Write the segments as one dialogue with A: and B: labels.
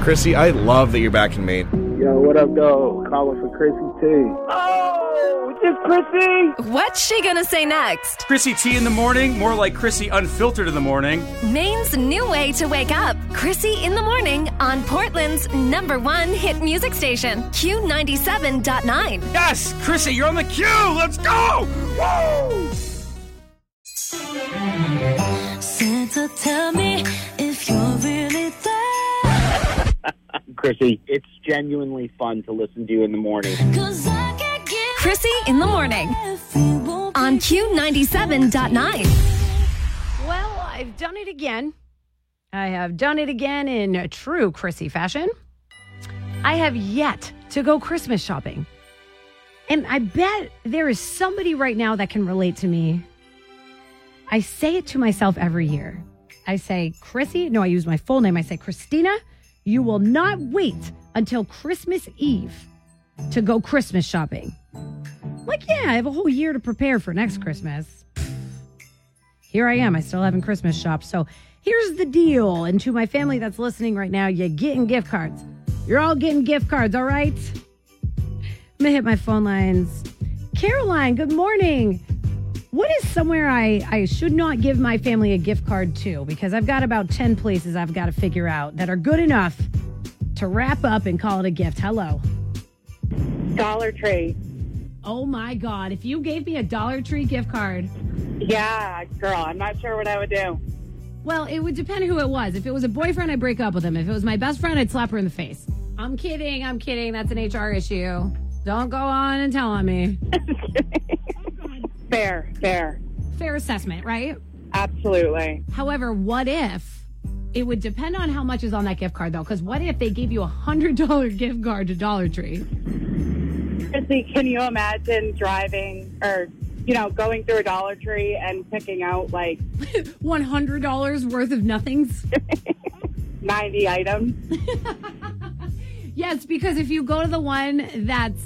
A: Chrissy, I love that you're back in Maine.
B: Yo, what up, though? Calling for Chrissy T. Oh, it's Chrissy.
C: What's she gonna say next?
D: Chrissy T in the morning, more like Chrissy Unfiltered in the morning.
C: Maine's new way to wake up. Chrissy in the morning on Portland's number one hit music station, Q97.9.
D: Yes, Chrissy, you're on the queue. Let's go. Woo!
E: Santa, tell me if you're really there.
B: Chrissy, it's genuinely fun to listen to you in the morning.
E: 'Cause I can't give
C: Chrissy in the morning
E: if you won't
C: on Q97.9.
F: Well, I've done it again. I have done it again in true Chrissy fashion. I have yet to go Christmas shopping. And I bet there is somebody right now that can relate to me. I say it to myself every year. I say, Chrissy, no, I use my full name. I say, Christina, you will not wait until Christmas Eve to go Christmas shopping. I'm like, yeah, I have a whole year to prepare for next Christmas here I am. I still haven't Christmas shopped. So here's the deal. And to my family that's listening right now, you're getting gift cards. You're all getting gift cards, all right? I'm gonna hit my phone lines. Caroline, good morning. What is somewhere I, I should not give my family a gift card to? Because I've got about 10 places I've got to figure out that are good enough to wrap up and call it a gift. Hello.
G: Dollar Tree.
F: Oh my God. If you gave me a Dollar Tree gift card,
G: Yeah, girl, I'm not sure what I would do.
F: Well, it would depend who it was. If it was a boyfriend, I'd break up with him. If it was my best friend, I'd slap her in the face. I'm kidding. I'm kidding. That's an HR issue. Don't go on and tell on me.
G: Fair, fair.
F: Fair assessment, right?
G: Absolutely.
F: However, what if it would depend on how much is on that gift card, though? Because what if they gave you a $100 gift card to Dollar Tree?
G: Chrissy, can you imagine driving or, you know, going through a Dollar Tree and picking out like
F: $100 worth of nothings?
G: 90 items?
F: Yes, because if you go to the one that's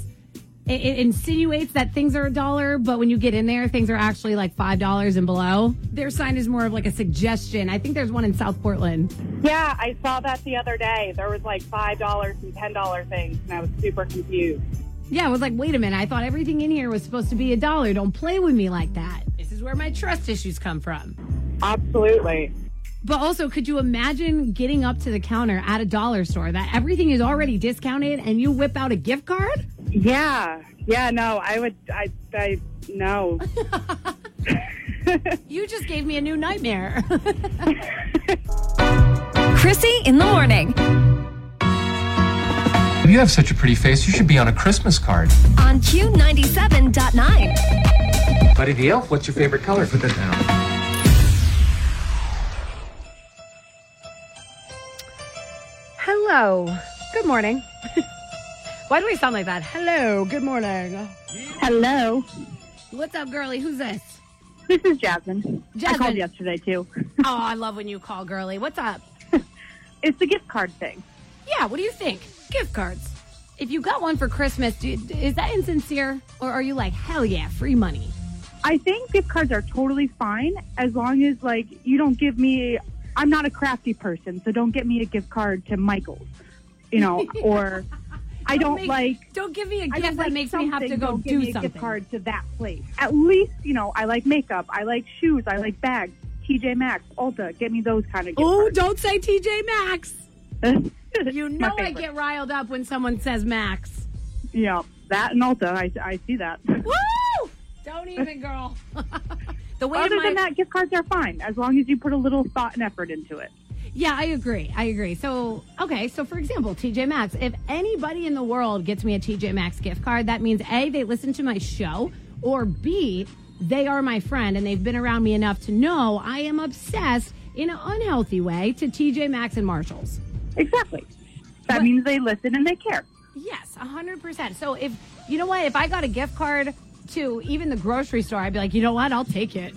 F: it, it insinuates that things are a dollar, but when you get in there, things are actually like five dollars and below. Their sign is more of like a suggestion. I think there's one in South Portland.
G: Yeah, I saw that the other day. There was like $5 and $10 things, and I was super confused.
F: Yeah, I was like, wait a minute, I thought everything in here was supposed to be a dollar. Don't play with me like that. This is where my trust issues come from.
G: Absolutely.
F: But also, could you imagine getting up to the counter at a dollar store that everything is already discounted and you whip out a gift card?
G: Yeah. Yeah, no, I would, I, I, no.
F: You just gave me a new nightmare.
C: Chrissy in the morning
H: You have such a pretty face. You should be on a Christmas card.
C: on Q97.9.
H: Buddy the Elf, what's your favorite color? Put that down.
F: Hello. Good morning. Why do we sound like that? Hello. Good morning.
G: Hello.
F: What's up, girly? Who's this?
G: This is Jasmine. I
F: Jasmine.
G: called yesterday, too.
F: Oh, I love when you call girly. What's up?
G: it's the gift card thing.
F: Yeah, what do you think? Gift cards. If you got one for Christmas, do, is that insincere? Or are you like, hell yeah, free money?
G: I think gift cards are totally fine as long as like you don't give me. I'm not a crafty person, so don't get me a gift card to Michael's, you know, or I don't
F: make-
G: like.
F: Don't give me a
G: I
F: gift
G: don't
F: that
G: like
F: makes me have to
G: something,
F: go
G: don't give
F: do
G: me a
F: something.
G: gift card to that place. At least you know I like makeup, I like shoes, I like bags. TJ Maxx, Ulta, get me those kind of gift
F: Oh,
G: cards.
F: don't say TJ Maxx. You
G: My
F: know I
G: favorite.
F: get riled up when someone says Max.
G: yeah, that and Ulta, I, I see that.
F: Woo! Don't even, girl. the way
G: Other
F: my-
G: than that, gift cards are fine as long as you put a little thought and effort into it.
F: Yeah, I agree. I agree. So, okay. So, for example, TJ Maxx. If anybody in the world gets me a TJ Maxx gift card, that means A, they listen to my show, or B, they are my friend and they've been around me enough to know I am obsessed in an unhealthy way to TJ Maxx and Marshalls.
G: Exactly. That means they listen and they care.
F: Yes, 100%. So, if you know what, if I got a gift card to even the grocery store, I'd be like, you know what, I'll take it.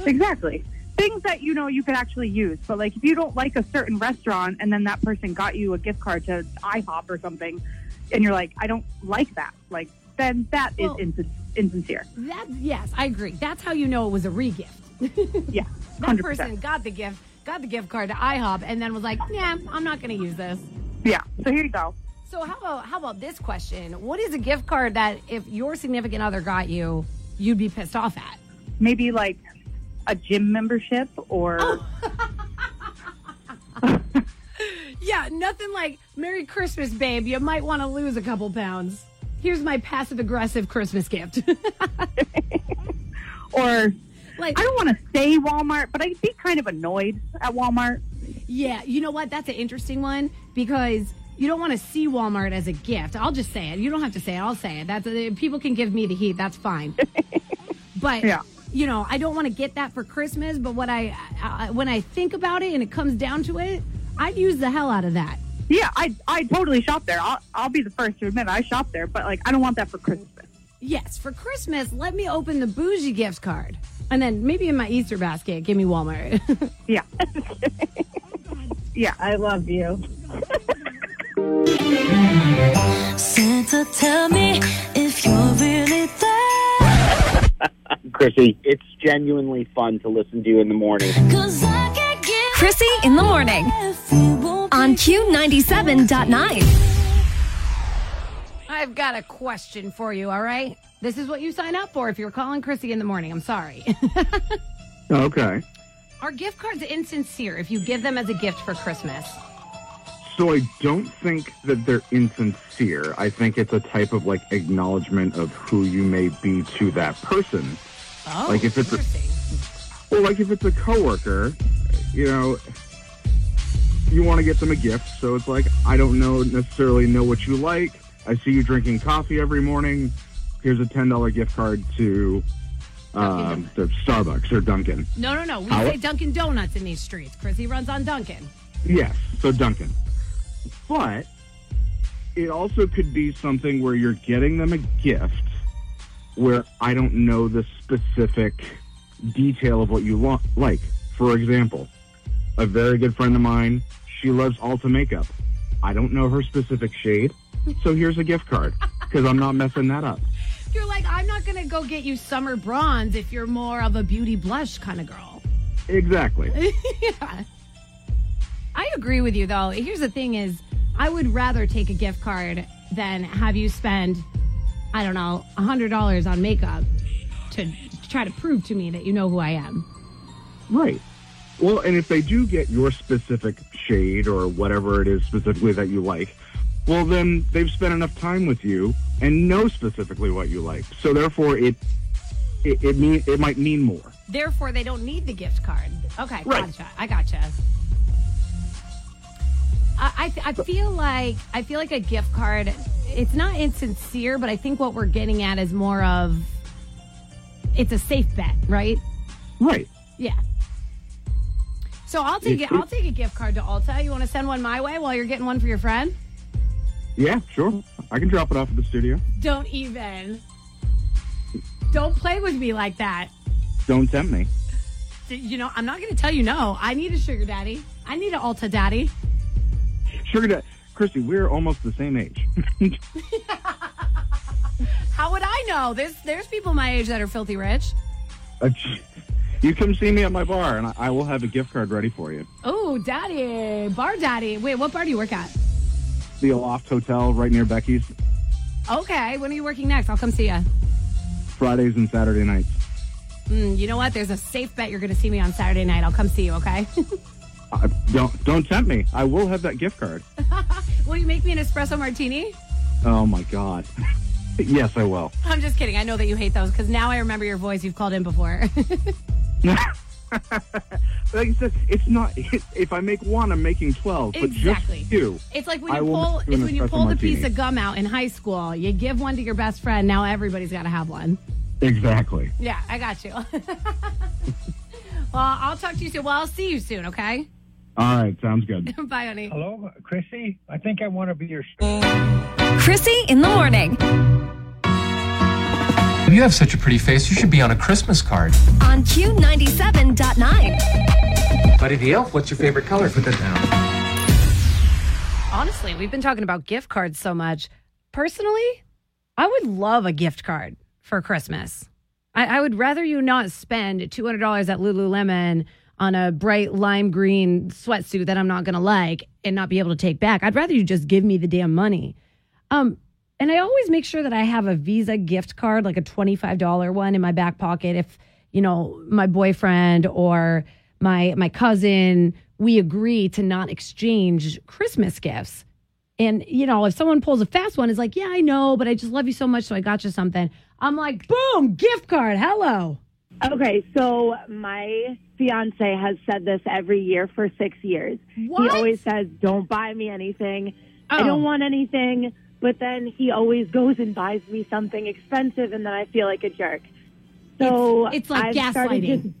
G: Exactly. Things that you know you could actually use. But like if you don't like a certain restaurant and then that person got you a gift card to IHOP or something and you're like, I don't like that, like then that is
F: Well-
G: insin- insincere.
F: that, yes, I agree. That's how you know it was a re gift.
G: Yeah.
F: That
G: 100%.
F: person got the gift, got the gift card to IHOP, and then was like, "Yeah, I'm not going to use this."
G: Yeah. So here you go.
F: So how about how about this question? What is a gift card that if your significant other got you, you'd be pissed off at?
G: Maybe like a gym membership or
F: Oh. Yeah, nothing like Merry Christmas, babe. You might want to lose a couple pounds. Here's my passive aggressive Christmas gift.
G: or
F: like
G: I don't want to say Walmart, but I'd be kind of annoyed at Walmart.
F: Yeah, you know what? That's an interesting one because you don't want to see Walmart as a gift. I'll just say it. You don't have to say it. I'll say it. That's uh, people can give me the heat. That's fine. but
G: Yeah.
F: you know, I don't want to get that for Christmas. But what I, I when I think about it and it comes down to it, I'd use the hell out of that.
G: Yeah, I I totally shop there. I'll I'll be the first to admit I shop there, but like I don't want that for Christmas.
F: Yes, for Christmas, let me open the bougie gift card, and then maybe in my Easter basket, give me Walmart.
G: Yeah. yeah, I love you.
E: Santa, tell me if you're really there.
B: Chrissy, it's genuinely fun to listen to you in the morning.
E: Cause I can't give
C: Chrissy in the morning
E: if you won't
C: on Q97.9.
F: I've got a question for you, all right? This is what you sign up for if you're calling Chrissy in the morning. I'm sorry.
I: Okay.
F: Are gift cards insincere if you give them as a gift for Christmas?
I: So I don't think that they're insincere. I think it's a type of like acknowledgement of who you may be to that person.
F: Oh,
I: Like if it's a-
F: interesting.
I: Well, like if it's a coworker, you know, you want to get them a gift, so it's like I don't know necessarily know what you like. I see you drinking coffee every morning. Here's a ten dollar gift card to um, to Starbucks or Dunkin'.
F: no, no, no. We
I: How-
F: say Dunkin' Donuts in these streets. Chrissy runs on Dunkin'.
I: Yes, so Duncan. But it also could be something where you're getting them a gift where I don't know the specific detail of what you want. Like, for example, a very good friend of mine, she loves Alta makeup. I don't know her specific shade, so here's a gift card because I'm not messing that up.
F: You're like, I'm not going to go get you summer bronze if you're more of a beauty blush kind of girl.
I: Exactly.
F: yeah. I agree with you, though. Here's the thing is, I would rather take a gift card than have you spend, I don't know, $100 on makeup to try to prove to me that you know who I am.
I: Right. Well, and if they do get your specific shade or whatever it is specifically that you like, well, then they've spent enough time with you and know specifically what you like. So therefore, it it it, mean, it might mean more.
F: therefore they don't need the gift card. Okay,
I: Right.
F: gotcha. I gotcha. I, I, I feel like I feel like a gift card. It's not insincere, but I think what we're getting at is more of it's a safe bet, right?
I: Right.
F: Yeah. So I'll take it. I'll take a gift card to Ulta. You want to send one my way while you're getting one for your friend?
I: Yeah. Sure. I can drop it off at the studio.
F: Don't even. Don't play with me like that.
I: Don't tempt me.
F: You know I'm not going to tell you no. I need a sugar daddy. I need an Ulta daddy.
I: Sugar, da- Christy, we're almost the same age.
F: How would I know? There's there's people my age that are filthy rich.
I: you come see me at my bar, and I, I will have a gift card ready for you.
F: Oh, daddy, bar daddy. Wait, what bar do you work at?
I: The Aloft Hotel, right near Becky's,
F: Okay, when are you working next? I'll come see you.
I: Fridays and Saturday nights.
F: Mm, you know what? There's a safe bet you're going to see me on Saturday night. I'll come see you. Okay.
I: I, don't don't tempt me. I will have that gift card.
F: Will you make me an espresso martini?
I: Oh my god. yes, I will.
F: I'm just kidding. I know that you hate those because now I remember your voice. You've called in before.
I: Like I said, it's not. if I make one, I'm making twelve.
F: Exactly.
I: Oh, But just two.
F: it's like when you
I: I will
F: pull
I: make you
F: it's
I: an
F: when you
I: espresso
F: pull the
I: martini.
F: piece of gum out in high school. You give one to your best friend. Now everybody's got to have one.
I: Exactly.
F: Yeah, I got you. well, I'll talk to you soon. Well, I'll see you soon. Okay.
I: All right. Sounds good.
F: Bye, honey.
J: Hello, Oh, Chrissy. I think I want to be your.
C: Chrissy in the morning
H: You have such a pretty face, you should be on a Christmas card.
C: on Q97.9.
H: Buddy the Elf, what's your favorite color? Put that down.
F: Honestly, we've been talking about gift cards so much. Personally, I would love a gift card for Christmas. I, I would rather you not spend $200 at Lululemon on a bright lime green sweatsuit that I'm not going to like and not be able to take back. I'd rather you just give me the damn money. Um, and I always make sure that I have a Visa gift card, like a $25 one in my back pocket if, you know, my boyfriend or my my cousin, we agree to not exchange Christmas gifts. And you know, if someone pulls a fast one, it's like, yeah, I know, but I just love you so much, so I got you something. I'm like, boom, gift card. Hello.
K: Okay, so my fiance has said this every year for six years. He
F: What?
K: always says, "Don't buy me anything. I
F: Oh.
K: don't want anything." But then he always goes and buys me something expensive, and then I feel like a jerk. So
F: It's- it's like
K: I've started
F: gaslighting.
K: just-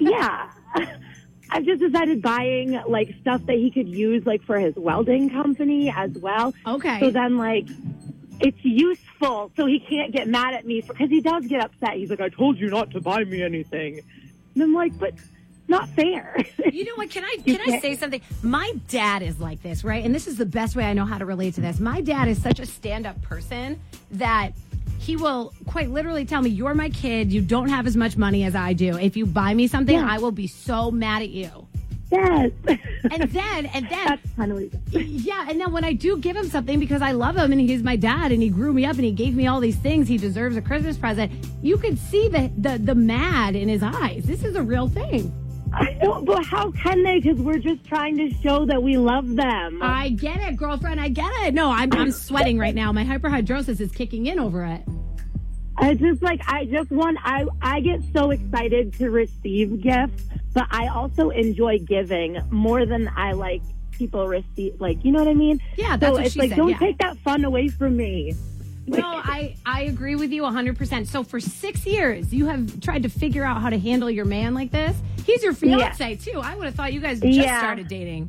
K: yeah, I've just decided buying like stuff that he could use, like for his welding company as well.
F: Okay.
K: So then, like, it's useful, so he can't get mad at me because he does get upset. He's like, "I told you not to buy me anything," and I'm like, "But not fair."
F: You know what? Can I can I say something? My dad is like this, right? And this is the best way I know how to relate to this. My dad is such a stand-up person that he will quite literally tell me, "You're my kid. You don't have as much money as I do. If you buy me something, I will be so mad at you."
K: Yes.
F: And then and then Yeah, and then when I do give him something because I love him and he's my dad and he grew me up and he gave me all these things, he deserves a Christmas present. You could see the the, the mad in his eyes. This is a real thing.
K: I know, but how can they? Because we're just trying to show that we love them.
F: I get it, girlfriend. I get it. No, I'm, I'm sweating right now. My hyperhidrosis is kicking in over it.
K: I just like I just want I I get so excited to receive gifts, but I also enjoy giving more than I like people receive. Like you know what I mean?
F: Yeah, that's
K: so
F: what
K: it's
F: she
K: like
F: said,
K: don't
F: yeah.
K: take that fun away from me.
F: No, I, I agree with you 100%. So for six years, you have tried to figure out how to handle your man like this. He's your fiance, too. I would have thought you guys just
K: Yeah.
F: started dating.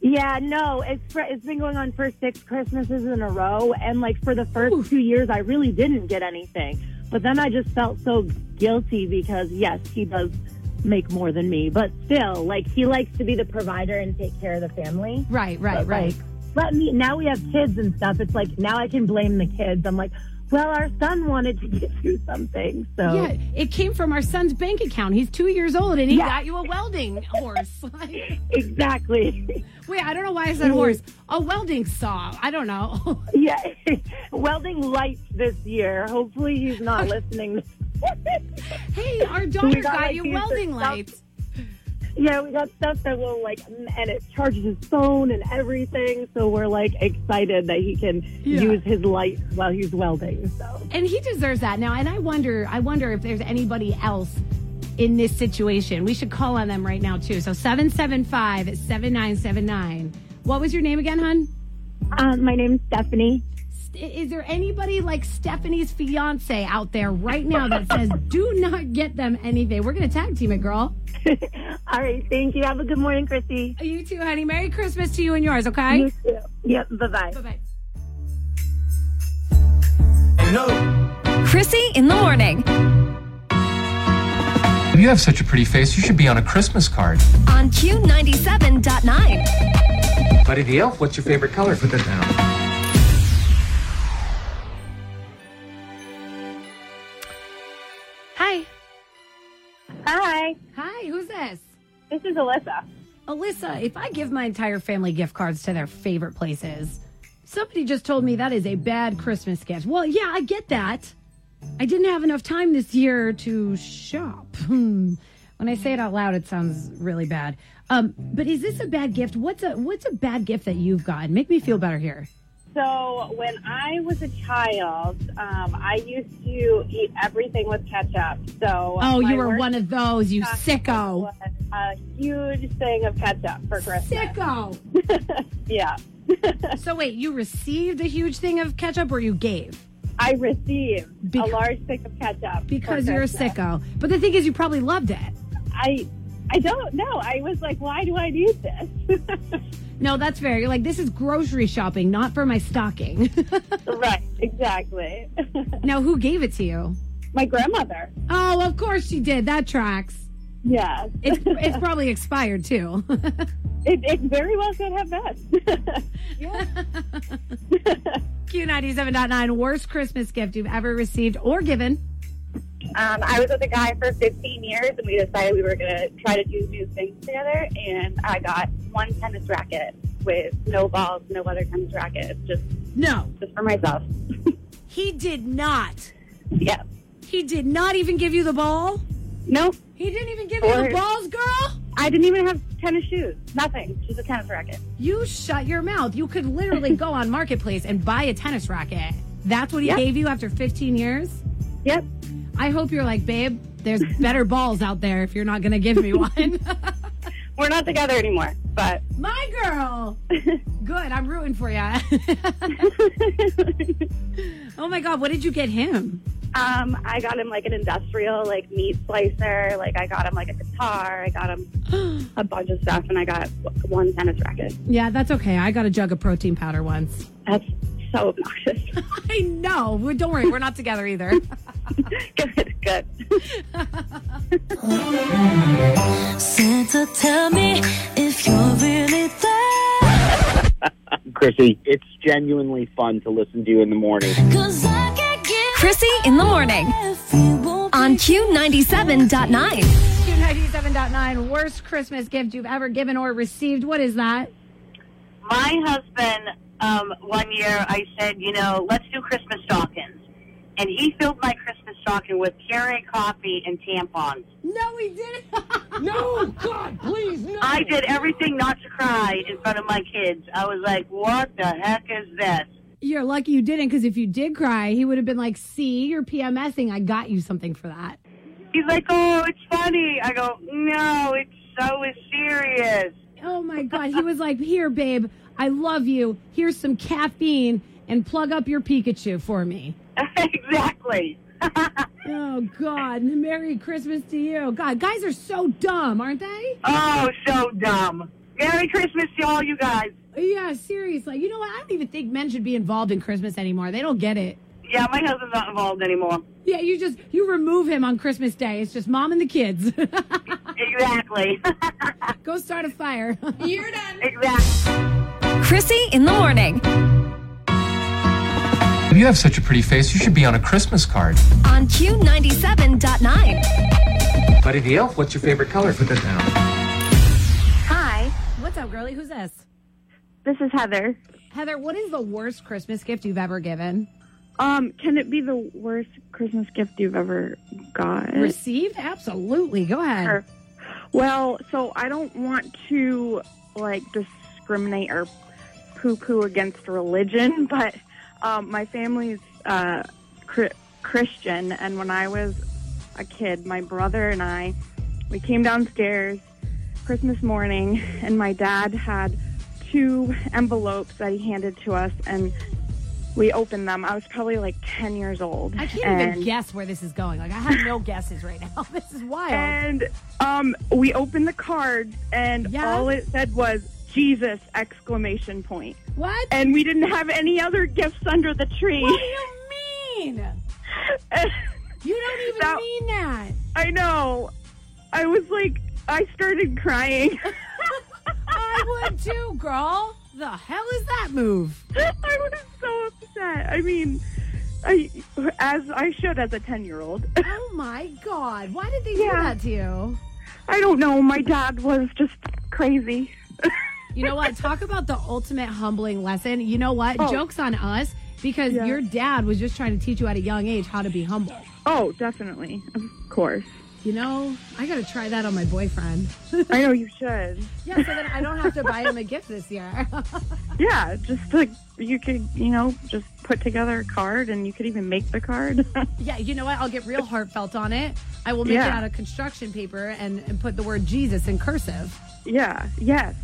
K: Yeah, no, it's for, it's been going on for six Christmases in a row, and like for the first two years, I really didn't get anything. But then I just felt so guilty because yes, he does make more than me, but still, like he likes to be the provider and take care of the family.
F: Right, right,
K: But,
F: right.
K: like, let me. Now we have kids and stuff. It's like now I can blame the kids. I'm like, well, our son wanted to get you something, so
F: Yeah, it came from our son's bank account. He's two years old and he
K: Yeah.
F: got you a welding horse. Like-
K: exactly.
F: Wait, I don't know why I said horse. A welding saw. I don't know.
K: Yeah, welding lights this year. Hopefully, he's not listening.
F: hey, our daughter
K: We got,
F: got,
K: like,
F: you
K: these
F: welding
K: stuff-
F: lights.
K: Yeah, we got stuff that will like, m- and it charges his phone and everything. So we're like excited that he can
F: Yeah.
K: use his light while he's welding. So
F: and he deserves that now and i wonder i wonder if there's anybody else in this situation we should call on them right now too so 775-7979 what was your name again hon
L: Uh,
K: um, my name's stephanie
F: I- is there anybody like stephanie's fiance out there right now that says do not get them anything we're gonna tag team it girl
K: all right thank you have a good morning chrissy
F: you too honey merry christmas to you and yours okay
K: You too. Yep. Bye bye.
F: Bye bye.
C: Chrissy in the morning
H: You have such a pretty face, you should be on a Christmas card.
C: on Q97.9.
H: Buddy the Elf, what's your favorite color? Put that down.
F: hi
K: Hi.
F: hi who's this
K: This is Alyssa.
F: Alyssa, if I give my entire family gift cards to their favorite places, somebody just told me that is a bad Christmas gift. Well, yeah, I get that. I didn't have enough time this year to shop. Hmm. When I say it out loud, it sounds really bad. Um, but is this a bad gift? What's a what's a bad gift that you've gotten? Make me feel better here.
L: So when I was a child, um, I used to eat everything with ketchup. So
F: Oh,
L: my
F: you were
L: worst
F: one of those, you
L: chocolate
F: sicko.
L: was A huge thing of ketchup for Christmas.
F: Sicko.
L: Yeah,
F: so wait, you received a huge thing of ketchup or you gave?
L: I received
F: Bec-
L: a large stick of ketchup for
F: Because you're a
L: Christmas.
F: sicko. But the thing is you probably loved it.
L: I I don't know. I was like, why do I need this?
F: No, that's fair. You're like, this is grocery shopping, not for my stocking.
L: right, exactly.
F: now, who gave it to you?
L: my grandmother.
F: Oh, of course she did. That tracks.
L: Yeah,
F: It's, it's probably expired too.
L: it, it very well could have been.
F: Q97.9, worst Christmas gift you've ever received or given.
M: Um, I was with a guy for 15 years, and we decided we were going to try to do new things together. And I got one tennis racket with no balls, no other tennis racket, just
F: no,
M: just for myself.
F: He did not.
M: Yeah.
F: He did not even give you the ball?
M: Nope.
F: He didn't even give you the
M: Or-
F: balls, girl?
M: I didn't even have tennis shoes. Nothing. Just a tennis racket.
F: You shut your mouth. You could literally go on Marketplace and buy a tennis racket. That's what he
M: Yep.
F: gave you after 15 years?
M: Yep.
F: I hope you're like, babe, there's better balls out there if you're not going to give me one.
M: We're not together anymore, but
F: My girl. Good. I'm rooting for you. oh my God. What did you get him?
M: um, I got him like an industrial like meat slicer. Like I got him like a guitar. I got him a bunch of stuff, and I got w- one tennis racket.
F: Yeah, that's okay. I got a jug of protein powder once.
M: That's so obnoxious.
F: I know. Well, Don't worry. We're not together either.
M: Good.
K: Santa, tell me if you're really there.
N: Chrissy, it's genuinely fun to listen to you in the morning.
C: Chrissy in the morning on Q97.9.
F: Q97.9, worst Christmas gift you've ever given or received. What is that?
O: my husband um, one year I said, you know, let's do Christmas stockings, and he filled my Christmas stocking with Keurig coffee and tampons.
F: No, he didn't.
O: no, God, please, no. I did everything not to cry in front of my kids. I was like, what the heck is this?
F: You're lucky you didn't, because if you did cry, he would have been like, see, you're PMSing. I got you something for that.
O: He's like, oh, it's funny. I go, no, it's so serious.
F: Oh my God. He was like, here, babe, I love you. Here's some caffeine and plug up your Pikachu for me.
O: exactly.
F: oh God. Merry Christmas to you. God, guys are so dumb, aren't they?
O: Oh, so dumb. Merry Christmas to all you guys.
F: Yeah, seriously. You know what? I don't even think men should be involved in Christmas anymore. They don't get it.
O: Yeah, my husband's not involved anymore.
F: Yeah, you just you remove him on Christmas Day. It's just mom and the kids.
O: exactly.
F: Go start a fire. You're done.
O: Exactly.
C: Chrissy in the morning
H: You have such a pretty face, you should be on a Christmas card.
C: on Q97.9.
H: Buddy the Elf, what's your favorite color? Put that down.
F: Hi. What's up, girlie? Who's this?
G: This is Heather.
F: Heather, what is the worst Christmas gift you've ever given?
G: Um, can it be the worst Christmas gift you've ever got?
F: Received? Absolutely. Go ahead.
G: Or- well, so I don't want to like discriminate or poo-poo against religion, but um, my family's uh, cr- Christian, and when I was a kid, my brother and I we came downstairs Christmas morning, and my dad had two envelopes that he handed to us, and we opened them. I was probably like ten years old.
F: I can't even
G: and-
F: guess where this is going. Like I have no guesses right now. This is wild.
G: and um, we opened the cards, and all it said was Jesus exclamation point.
F: What?
G: And we didn't have any other gifts under the tree.
F: What do you mean? you don't even mean that.
G: I know. I was like, I started crying.
F: I would too, girl. The hell is that move?
G: I was so upset. I mean, I as I should as a ten year old.
F: Oh my god. Why did they do
G: Yeah.
F: that to you?
G: I don't know. My dad was just crazy.
F: You know what? Talk about the ultimate humbling lesson. You know what?
G: Oh.
F: Joke's on us because
G: Yeah.
F: your dad was just trying to teach you at a young age how to be humble.
G: Oh, definitely, of course.
F: You know, I got to try that on my boyfriend.
G: I know you should.
F: Yeah, so then I don't have to buy him a gift this year.
G: Yeah, just like you could, you know, just put together a card and you could even make the card.
F: yeah, you know what? I'll get real heartfelt on it. I will make it
G: Yeah.
F: out of construction paper and, and put the word Jesus in cursive.
G: yeah, yes.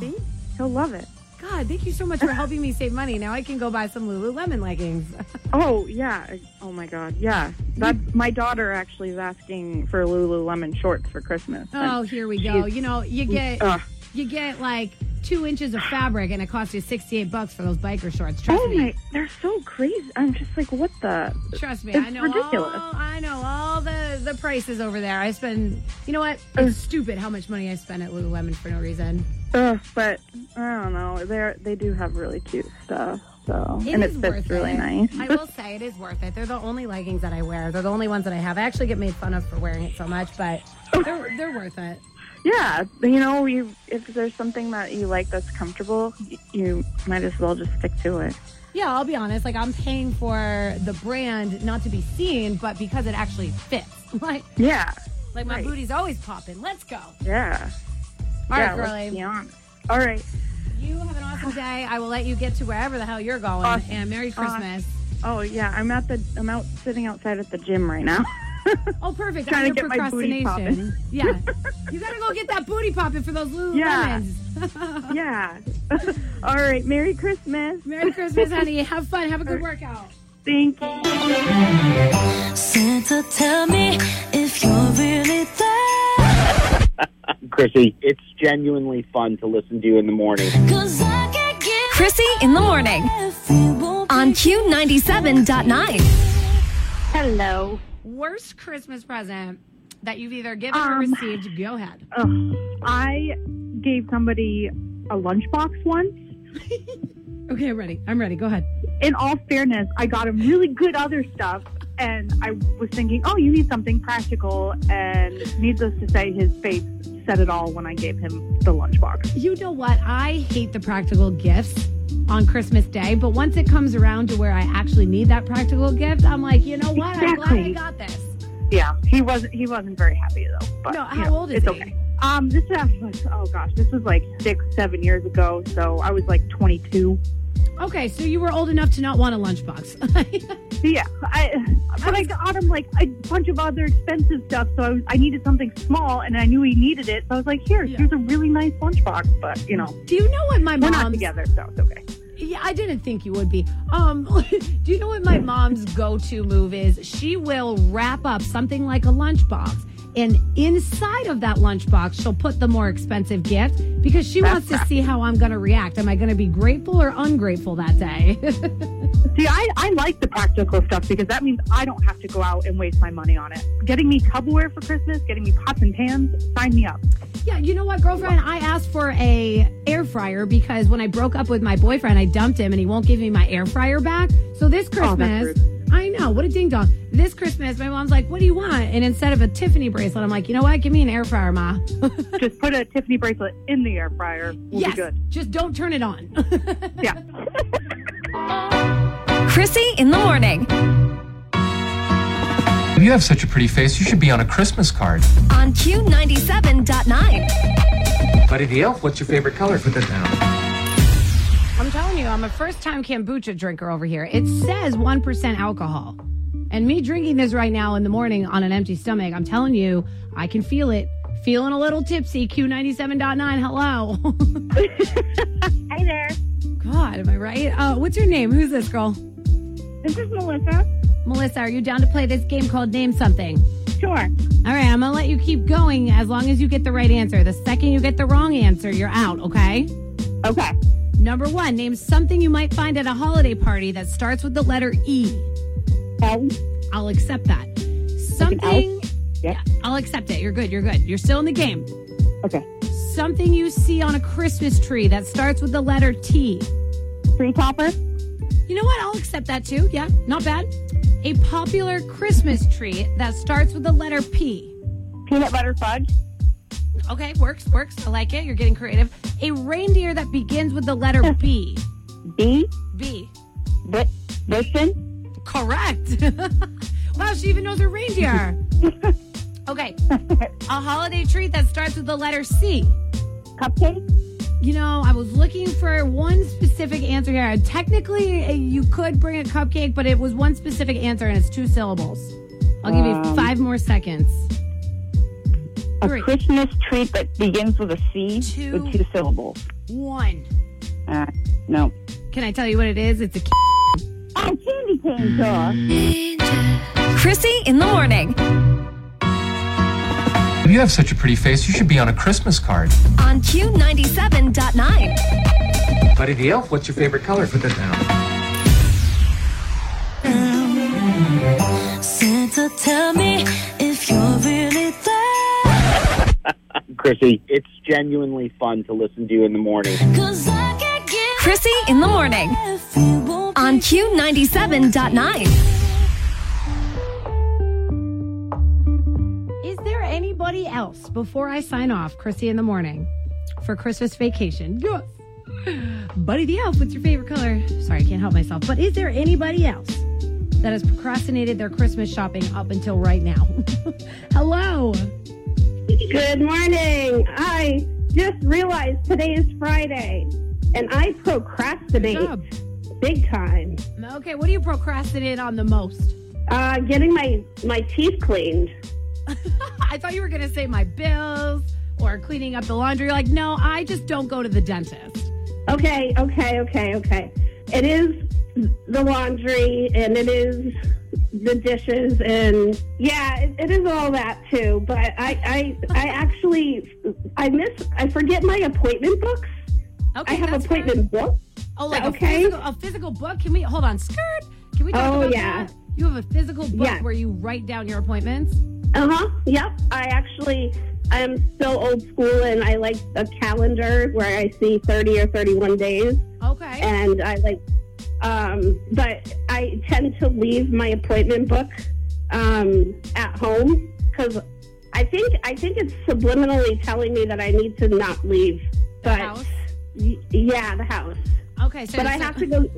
G: See? He'll love it.
F: God, thank you so much for helping me save money. Now I can go buy some Lululemon leggings.
G: Oh, yeah. I- Oh, my God. Yeah. That's, my daughter actually is asking for Lululemon shorts for Christmas.
F: Oh,
G: And
F: here we go.
G: she's-
F: Uh. You know, you get
G: Ugh.
F: you get like two inches of fabric and it cost you 68 bucks for those biker shorts. Trust
P: oh
F: me.
P: my, they're so crazy. I'm just like, what the?
F: Trust me,
P: It's
F: I know
P: ridiculous.
F: all I know all the the prices over there. I spend, you know what?
P: Mm.
F: It's stupid how much money I spend at Lululemon for no reason.
P: Ugh, but I don't know. They are they do have really cute stuff. So
F: It
P: and it
F: is
P: fits
F: worth
P: really
F: it.
P: nice.
F: I will say it is worth it. They're the only leggings that I wear. They're the only ones that I have. I actually get made fun of for wearing it so much, but they're they're worth it.
P: Yeah, you know, you if there's something that you like that's comfortable, y- you might as well just stick to it.
F: Yeah, I'll be honest. Like I'm paying for the brand not to be seen, but because it actually fits. Like
P: Yeah,
F: like my booty's always popping. Let's go.
P: yeah.
F: All
P: yeah,
F: right,
P: let's
F: girly.
P: be honest. All right.
F: You have an awesome day. I will let you get to wherever the hell you're going. And Merry Christmas.
P: Oh yeah, I'm at the I'm out sitting outside at the gym right now.
F: Oh, perfect.
P: Trying
F: On
P: to
F: your
P: get my booty
F: procrastination. Yeah. You gotta go get that booty popping for those Lululemons.
P: Yeah. yeah. All right. Merry Christmas.
F: Merry Christmas, honey. Have fun. Have a good workout.
P: Thank
E: Santa, tell me if you're really there.
N: Chrissy, it's genuinely fun to listen to in the morning.
C: Chrissy in the morning on Q97.9.
F: Hello. Worst Christmas present that you've either given or
P: Um,
F: received. Go ahead.
P: uh,
G: Ugh, I gave somebody a lunchbox once.
F: okay, I'm ready. I'm ready. Go ahead.
G: In all fairness, I got him really good other stuff, and I was thinking, oh, you need something practical. And needless to say, his face said it all when I gave him the lunchbox.
F: You know what? I hate the practical gifts on Christmas Day, but once it comes around to where I actually need that practical gift, I'm like, you know what? I'm glad I
G: Exactly.
F: got this.
G: Yeah, he wasn't. He wasn't very happy though. But
F: No,
G: you
F: how
G: know,
F: old is
G: it's
F: he?
G: okay. Um, this was oh gosh, this was like six, seven years ago. So I was like 22.
F: Okay, so you were old enough to not want a lunchbox.
G: Yeah, I but I got him like a bunch of other expensive stuff, so I, was, I needed something small, and I knew he needed it, so I was like, "Here, here's a really nice lunchbox." But you know,
F: Do you know what my
G: we're
F: mom's-
G: not together, so it's okay.
F: Yeah, I didn't think you would be. Um, do you know what my mom's go-to move is? She will wrap up something like a lunchbox, and inside of that lunchbox, she'll put the more expensive gift because she wants to see how I'm going to react. Am I going to be grateful or ungrateful that day?
G: See, I, I like the practical stuff because that means I don't have to go out and waste my money on it. Getting me Tupperware for Christmas, getting me pots and pans, sign me up.
F: yeah, you know what, girlfriend? I asked for a air fryer because when I broke up with my boyfriend, I dumped him, and he won't give me my air fryer back. So this
G: Oh, that's
F: Christmas. I know. What a ding dong. This Christmas, my mom's like, What do you want? And instead of a Tiffany bracelet, I'm like, You know what? Give me an air fryer, Ma.
G: Just put a Tiffany bracelet in the air fryer. We'll
F: yes.
G: be good.
F: Just don't turn it on.
C: Chrissy in the morning
H: You have such a pretty face, you should be on a Christmas card.
C: on Q97.9.
H: Buddy the Elf, what's your favorite color? Put that down.
F: I'm telling you, I'm a first time kombucha drinker over here. It says 1% alcohol. And me drinking this right now in the morning on an empty stomach, I'm telling you, I can feel it. Feeling a little tipsy. Q97.9. Hello.
Q: Hi there.
F: God, am I right? Uh, what's your name? Who's this girl?
Q: This is Melissa.
F: Melissa, are you down to play this game called Name Something?
Q: Sure.
F: All right, I'm going to let you keep going as long as you get the right answer. The second you get the wrong answer, you're out, okay?
Q: Okay.
F: Number one, name something you might find at a holiday party that starts with the letter E.
Q: Elf.
F: I'll accept that. Something.
Q: Yeah.
F: I'll accept it. You're good. You're good. You're still in the game.
Q: Okay.
F: Something you see on a Christmas tree that starts with the letter T.
Q: Tree topper.
F: You know what? I'll accept that too. Yeah, not bad. A popular Christmas tree that starts with the letter P.
Q: Peanut butter fudge.
F: Okay, works, works. I like it. You're getting creative. A reindeer that begins with the letter B.
Q: B.
F: B.
Q: Bit. Bitchin.
F: Correct. wow, she even knows her reindeer. Okay. A holiday treat that starts with the letter C.
Q: Cupcake.
F: You know, I was looking for one specific answer here. Technically, uh, you could bring a cupcake, but it was one specific answer and it's two syllables. I'll give you
Q: Um,
F: five more seconds.
Q: A
F: Three.
Q: Christmas treat that begins with a C
F: Two.
Q: with two syllables.
F: One.
Q: Uh, no.
F: Can I tell you what it is? It's a
Q: Oh, candy cane. Duh.
C: Chrissy in the morning
H: You You have such a pretty face, you should be on a Christmas card.
C: on Q97.9.
H: Buddy the Elf, what's your favorite color? Put that down.
E: Santa, tell me if you're really there.
N: Chrissy, it's genuinely fun to listen to in the morning.
C: Chrissy in the morning on Q97.9.
F: Is there anybody else before I sign off, Chrissy in the morning, for Christmas vacation? Yes. Buddy the Elf, what's your favorite color? Sorry, I can't help myself. But is there anybody else that has procrastinated their Christmas shopping up until right now? Hello.
R: Good morning. I just realized today is Friday, and I procrastinate big time.
F: Okay, what do you procrastinate on the most?
R: Uh, getting my my teeth cleaned.
F: I thought you were going to say my bills or cleaning up the laundry. Like, no, I just don't go to the dentist.
R: Okay, okay, okay, okay. It is the laundry, and it is the dishes, and yeah, it, it is all that too. But I, I, I actually, I miss, I forget my appointment books.
F: Okay,
R: I have
F: that's
R: appointment books.
F: Oh, like
R: okay.
F: a, physical, a physical book? Can we hold on? Skirt. Can we talk
R: Oh,
F: about
R: yeah.
F: that? You have a physical book
R: Yeah.
F: where you write down your appointments.
R: Uh huh. Yep. I actually, I'm still old school, and I like a calendar where I see 30 or 31 days.
F: Okay.
R: And I like, um, but I tend to leave my appointment book um, at home because I think I think it's subliminally telling me that I need to not leave. The but
F: house?
R: Y- yeah, the house.
F: Okay, so
R: but I
F: so-
R: have to go.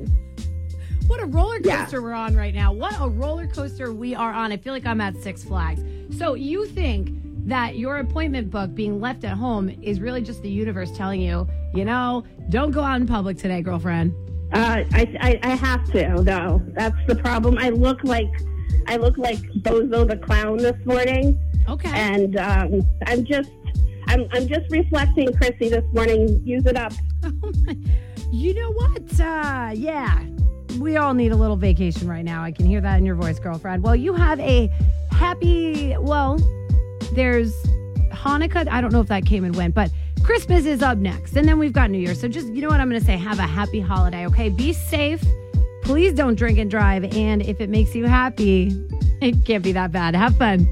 F: What a roller
R: Yeah.
F: coaster we're on right now. What a roller coaster we are on. I feel like I'm at Six Flags. So you think that your appointment book being left at home is really just the universe telling you, you know, don't go out in public today, girlfriend.
R: Uh, I, I I have to though. That's the problem. I look like I look like Bozo the clown this morning.
F: Okay.
R: And um, I'm just I'm I'm just reflecting Chrissy this morning. Use it up.
F: Oh You know what? Uh, yeah. We all need a little vacation right now. I can hear that in your voice, girlfriend. Well, you have a happy, well, there's Hanukkah. I don't know if that came and went, but Christmas is up next. And then we've got New Year's. So just, you know what? I'm going to say have a happy holiday, okay? Be safe. Please don't drink and drive. And if it makes you happy, it can't be that bad. Have fun.